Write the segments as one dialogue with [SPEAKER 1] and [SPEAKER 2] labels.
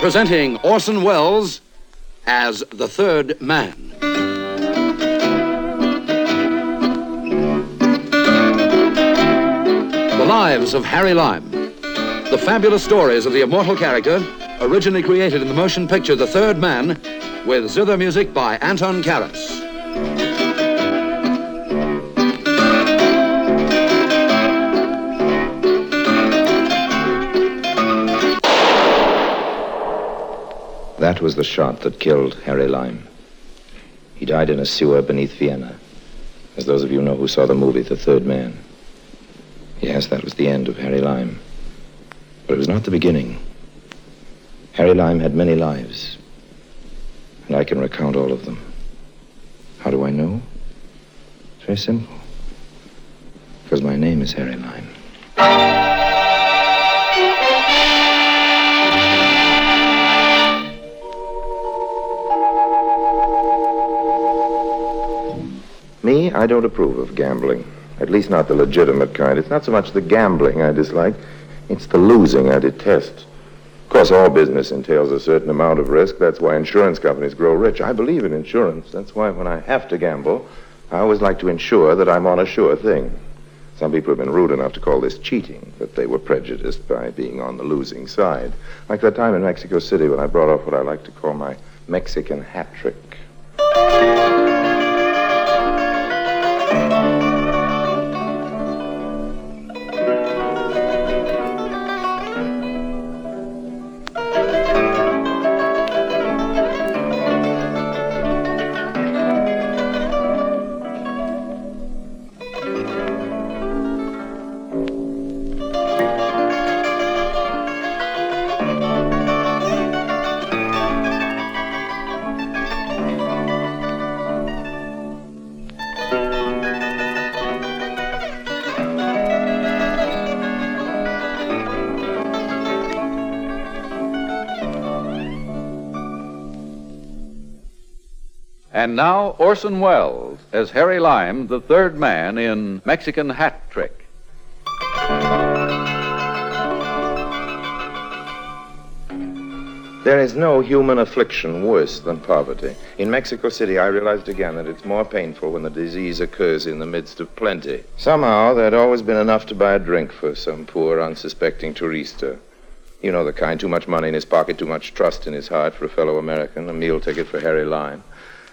[SPEAKER 1] presenting Orson Welles as the third man. The Lives of Harry Lime. The fabulous stories of the immortal character, originally created in the motion picture The Third Man, with zither music by Anton Karas.
[SPEAKER 2] That was the shot that killed Harry Lime. He died in a sewer beneath Vienna, as those of you know who saw the movie The Third Man. Yes, that was the end of Harry Lime. But it was not the beginning. Harry Lime had many lives, and I can recount all of them. How do I know? It's very simple. Because my name is Harry Lime. Me, I don't approve of gambling. At least not the legitimate kind. It's not so much the gambling I dislike, it's the losing I detest. Of course, all business entails a certain amount of risk. That's why insurance companies grow rich. I believe in insurance. That's why when I have to gamble, I always like to ensure that I'm on a sure thing. Some people have been rude enough to call this cheating, that they were prejudiced by being on the losing side. Like that time in Mexico City when I brought off what I like to call my Mexican hat trick.
[SPEAKER 1] And now Orson Welles as Harry Lime, the third man in Mexican Hat Trick.
[SPEAKER 2] There is no human affliction worse than poverty. In Mexico City, I realized again that it's more painful when the disease occurs in the midst of plenty. Somehow, there'd always been enough to buy a drink for some poor, unsuspecting tourista. You know the kind too much money in his pocket, too much trust in his heart for a fellow American, a meal ticket for Harry Lime.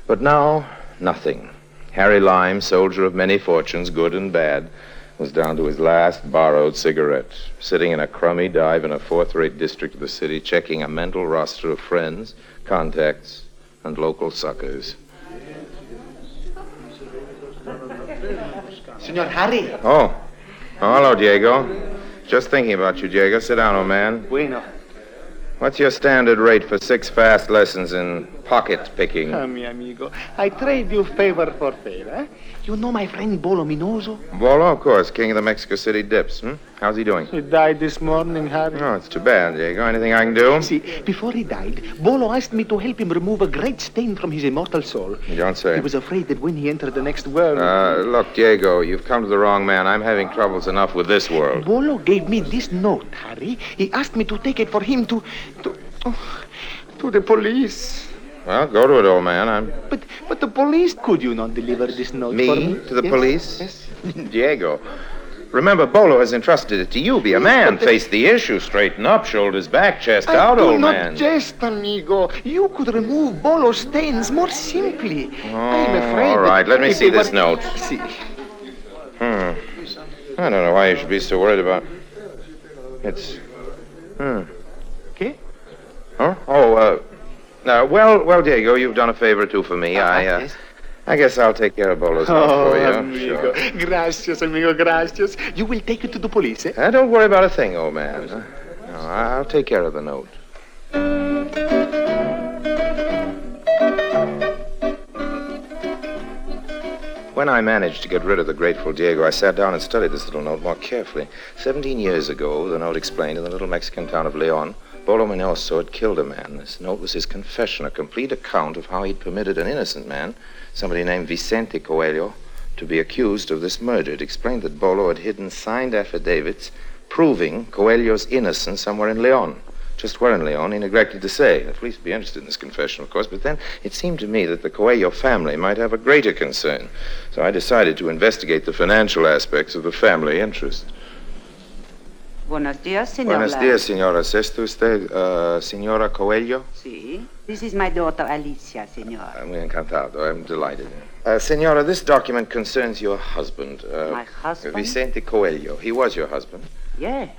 [SPEAKER 2] But now, nothing. Harry Lime, soldier of many fortunes, good and bad, was down to his last borrowed cigarette, sitting in a crummy dive in a fourth rate district of the city, checking a mental roster of friends, contacts, and local suckers.
[SPEAKER 3] Senor Harry.
[SPEAKER 2] Oh, hello, Diego. Just thinking about you, Diego. Sit down, old man.
[SPEAKER 3] Bueno.
[SPEAKER 2] What's your standard rate for six fast lessons in pocket picking?
[SPEAKER 3] Ah, mi amigo, I trade you favor for favor. Eh? You know my friend Bolo Minoso?
[SPEAKER 2] Bolo, of course, king of the Mexico City dips. Hmm? How's he doing?
[SPEAKER 3] He died this morning, Harry.
[SPEAKER 2] Oh, it's too bad, Diego. Anything I can do?
[SPEAKER 3] See, before he died, Bolo asked me to help him remove a great stain from his immortal soul.
[SPEAKER 2] You don't say.
[SPEAKER 3] He was afraid that when he entered the next world.
[SPEAKER 2] Uh, look, Diego, you've come to the wrong man. I'm having troubles enough with this world.
[SPEAKER 3] Bolo gave me this note, Harry. He asked me to take it for him to. to. oh, to the police.
[SPEAKER 2] Well, go to it, old man. I'm
[SPEAKER 3] But but the police could you not deliver this note for
[SPEAKER 2] me
[SPEAKER 3] me?
[SPEAKER 2] to the
[SPEAKER 3] Yes,
[SPEAKER 2] police.
[SPEAKER 3] Yes.
[SPEAKER 2] Diego, remember, Bolo has entrusted it to you. Be a man, face the issue, straighten up, shoulders back, chest
[SPEAKER 3] I
[SPEAKER 2] out,
[SPEAKER 3] do
[SPEAKER 2] old
[SPEAKER 3] not
[SPEAKER 2] man.
[SPEAKER 3] jest, amigo. You could remove Bolo stains more simply. I'm
[SPEAKER 2] Oh,
[SPEAKER 3] afraid.
[SPEAKER 2] all right.
[SPEAKER 3] that
[SPEAKER 2] Let me
[SPEAKER 3] if
[SPEAKER 2] see
[SPEAKER 3] they
[SPEAKER 2] this
[SPEAKER 3] were-
[SPEAKER 2] note.
[SPEAKER 3] See.
[SPEAKER 2] Hmm. I don't know why you should be so worried about. It's. Hmm.
[SPEAKER 3] Okay?
[SPEAKER 2] Huh? Oh, uh, uh, well, well, Diego, you've done a favor too for me. I, uh,
[SPEAKER 3] Uh-huh, yes.
[SPEAKER 2] I guess I'll take care of Bolo's oh, for you.
[SPEAKER 3] amigo.
[SPEAKER 2] Sure.
[SPEAKER 3] Gracias, amigo, gracias. You will take it to the police, eh?
[SPEAKER 2] Uh, don't worry about a thing, old man. Uh, No, I'll take care of the note. When I managed to get rid of the grateful Diego, I sat down and studied this little note more carefully. Seventeen years ago, the note explained, in the little Mexican town of Leon, Bolo Minoso had killed a man. This note was his confession, a complete account of how he'd permitted an innocent man, somebody named Vicente Coelho, to be accused of this murder. It explained that Bolo had hidden signed affidavits proving Coelho's innocence somewhere in Leon. Just where in Leon, he neglected to say. The police would be interested in this confession, of course, but then it seemed to me that the Coelho family might have a greater concern. So I decided to investigate the financial aspects of the family interest.
[SPEAKER 4] Buenos dias, senor.
[SPEAKER 2] Buenos
[SPEAKER 4] Lang.
[SPEAKER 2] dias, senora. ¿Es esta usted, uh, senora Coelho?
[SPEAKER 4] Si. This is my daughter Alicia, senor.
[SPEAKER 2] I'm encantado. I'm delighted. Uh, senora, this document concerns your husband. Uh,
[SPEAKER 4] My husband?
[SPEAKER 2] Vicente Coelho. He was your husband.
[SPEAKER 4] Yes.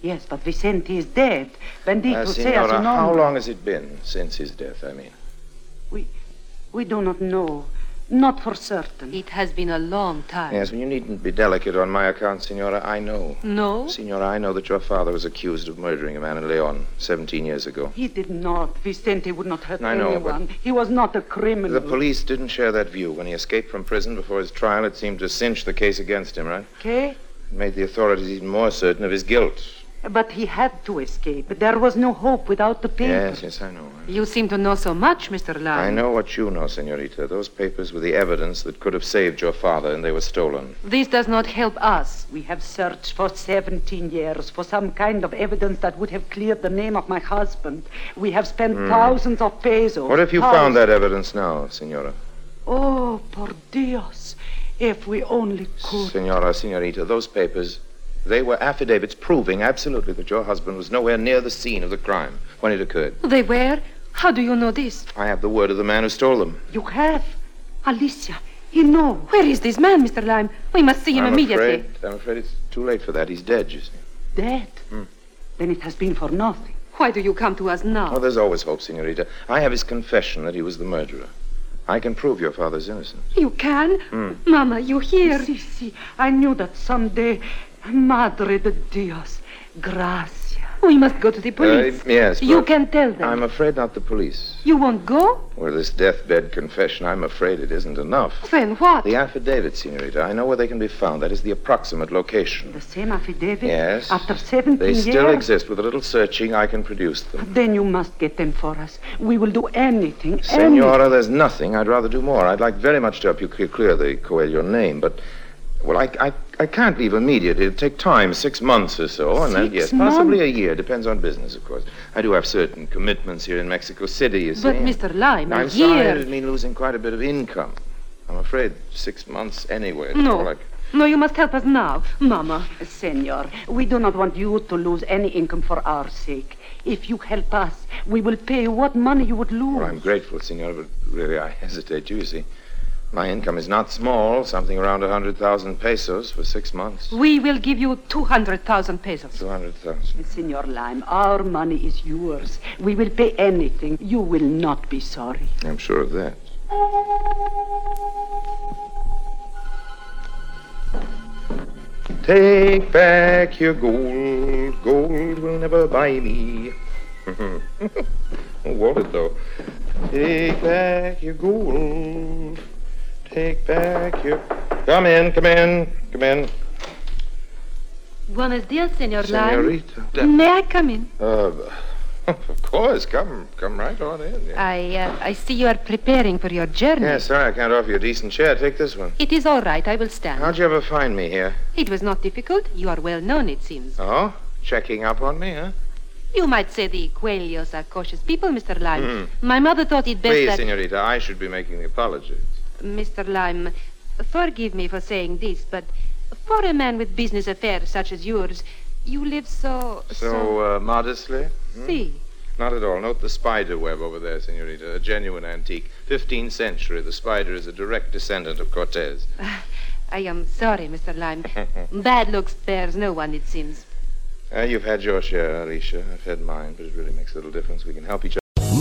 [SPEAKER 4] Yes, but Vicente is dead. Bendito
[SPEAKER 2] Uh,
[SPEAKER 4] sea
[SPEAKER 2] senora,
[SPEAKER 4] su
[SPEAKER 2] how
[SPEAKER 4] nombre.
[SPEAKER 2] long has it been since his death, I mean?
[SPEAKER 4] We, we do not know. Not for certain.
[SPEAKER 5] It has been a long time.
[SPEAKER 2] Yes, well, you needn't be delicate on my account, Senora. I know.
[SPEAKER 5] No?
[SPEAKER 2] Senora, I know that your father was accused of murdering a man in Leon 17 years ago.
[SPEAKER 4] He did not. Vicente would not hurt
[SPEAKER 2] I know, but-
[SPEAKER 4] anyone. He was not a criminal.
[SPEAKER 2] The police didn't share that view. When he escaped from prison before his trial, it seemed to cinch the case against him, right?
[SPEAKER 4] Okay?
[SPEAKER 2] It made the authorities even more certain of his guilt.
[SPEAKER 4] But he had to escape. There was no hope without the papers.
[SPEAKER 2] Yes, yes, I know.
[SPEAKER 5] You seem to know so much, Mr. Lang.
[SPEAKER 2] I know what you know, Senorita. Those papers were the evidence that could have saved your father, and they were stolen.
[SPEAKER 5] This does not help us.
[SPEAKER 4] We have searched for 17 years for some kind of evidence that would have cleared the name of my husband. We have spent thousands of pesos.
[SPEAKER 2] Hmm. What if you
[SPEAKER 4] thous-
[SPEAKER 2] found that evidence now, Senora?
[SPEAKER 4] Oh, por Dios. If we only could.
[SPEAKER 2] Senora, Senorita, those papers, they were affidavits proving absolutely that your husband was nowhere near the scene of the crime when it occurred.
[SPEAKER 5] They were? How do you know this?
[SPEAKER 2] I have the word of the man who stole them.
[SPEAKER 4] You have. Alicia, he knows.
[SPEAKER 5] Where is this man, Mr. Lime? We must see him
[SPEAKER 2] I'm
[SPEAKER 5] immediately.
[SPEAKER 2] afraid, I'm afraid it's too late for that. He's dead, you see.
[SPEAKER 4] Dead.
[SPEAKER 2] Hmm.
[SPEAKER 4] Then it has been for nothing.
[SPEAKER 5] Why do you come to us now?
[SPEAKER 2] Oh, there's always hope, Senorita. I have his confession that he was the murderer. I can prove your father's innocence.
[SPEAKER 5] You can?
[SPEAKER 4] Hmm.
[SPEAKER 5] Mama, you hear?
[SPEAKER 4] Si, si. I knew that someday. Madre de Dios. Gracia.
[SPEAKER 5] We must go to the police.
[SPEAKER 2] Uh, yes,
[SPEAKER 5] You
[SPEAKER 2] but
[SPEAKER 5] can tell them.
[SPEAKER 2] I'm afraid not the police.
[SPEAKER 5] You won't go?
[SPEAKER 2] With this deathbed confession, I'm afraid it isn't enough.
[SPEAKER 5] Then what?
[SPEAKER 2] The affidavits, Senorita, I know where they can be found. That is the approximate location.
[SPEAKER 4] The same affidavit?
[SPEAKER 2] Yes.
[SPEAKER 4] After 17
[SPEAKER 2] They
[SPEAKER 4] years?
[SPEAKER 2] still exist. With a little searching, I can produce them.
[SPEAKER 4] Then you must get them for us. We will do anything. anything.
[SPEAKER 2] Senora, there's nothing. I'd rather do more. I'd like very much to help you clear, clear the Coelho name, but. Well, I, I, I can't leave immediately. It'll take time, six months or so, and then, yes,
[SPEAKER 4] Six
[SPEAKER 2] possibly a year. Depends on business, of course. I do have certain commitments here in Mexico City, you see.
[SPEAKER 5] But, Mr. Lime,
[SPEAKER 2] I'm
[SPEAKER 5] a
[SPEAKER 2] sorry,
[SPEAKER 5] year.
[SPEAKER 2] it'd mean losing quite a bit of income. I'm afraid six months anyway. is all I
[SPEAKER 5] No.
[SPEAKER 2] c-
[SPEAKER 5] No, you must help us now. Mama,
[SPEAKER 4] Senor, we do not want you to lose any income for our sake. If you help us, we will pay you what money you would lose.
[SPEAKER 2] Well, I'm grateful, Senora, but really I hesitate. You see, my income is not small, something around a 100,000 pesos for six months.
[SPEAKER 5] we will give you 200,000 pesos.
[SPEAKER 2] 200,000.
[SPEAKER 4] Senor Lime, our money is yours. We will pay anything. You will not be sorry.
[SPEAKER 2] I'm sure of that. Take back your gold. Gold will never buy me. Won't it, though? Take back your gold. Take back your. Come in, come in, come in.
[SPEAKER 5] Buenos dias, Senor Lime.
[SPEAKER 2] Senorita.
[SPEAKER 5] May I come in?
[SPEAKER 2] Uh, of course. Come, come right on in. yeah.
[SPEAKER 5] I uh, I see you are preparing for your journey.
[SPEAKER 2] Yeah, sorry, I can't offer you a decent chair. Take this one.
[SPEAKER 5] It is all right. I will stand.
[SPEAKER 2] How'd you ever find me here?
[SPEAKER 5] It was not difficult. You are well known, it seems.
[SPEAKER 2] Oh, checking up on me, huh?
[SPEAKER 5] You might say the Coelios are cautious people, Mr. Lime. My mother thought it best
[SPEAKER 2] Hmm. Please,
[SPEAKER 5] that
[SPEAKER 2] Senorita, I should be making the apology.
[SPEAKER 5] Mr. Lime, forgive me for saying this, but for a man with business affairs such as yours, you live so
[SPEAKER 2] So hmm. uh, modestly?
[SPEAKER 5] see.
[SPEAKER 2] Not at all. Note the spider web over there, Senorita. A genuine antique. 15th century. The spider is a direct descendant of Cortez.
[SPEAKER 5] I am sorry, Mr. Lime. Bad luck spares no one, it seems.
[SPEAKER 2] Uh, you've had your share, Alicia. I've had mine, but it really makes little difference. We can help each other.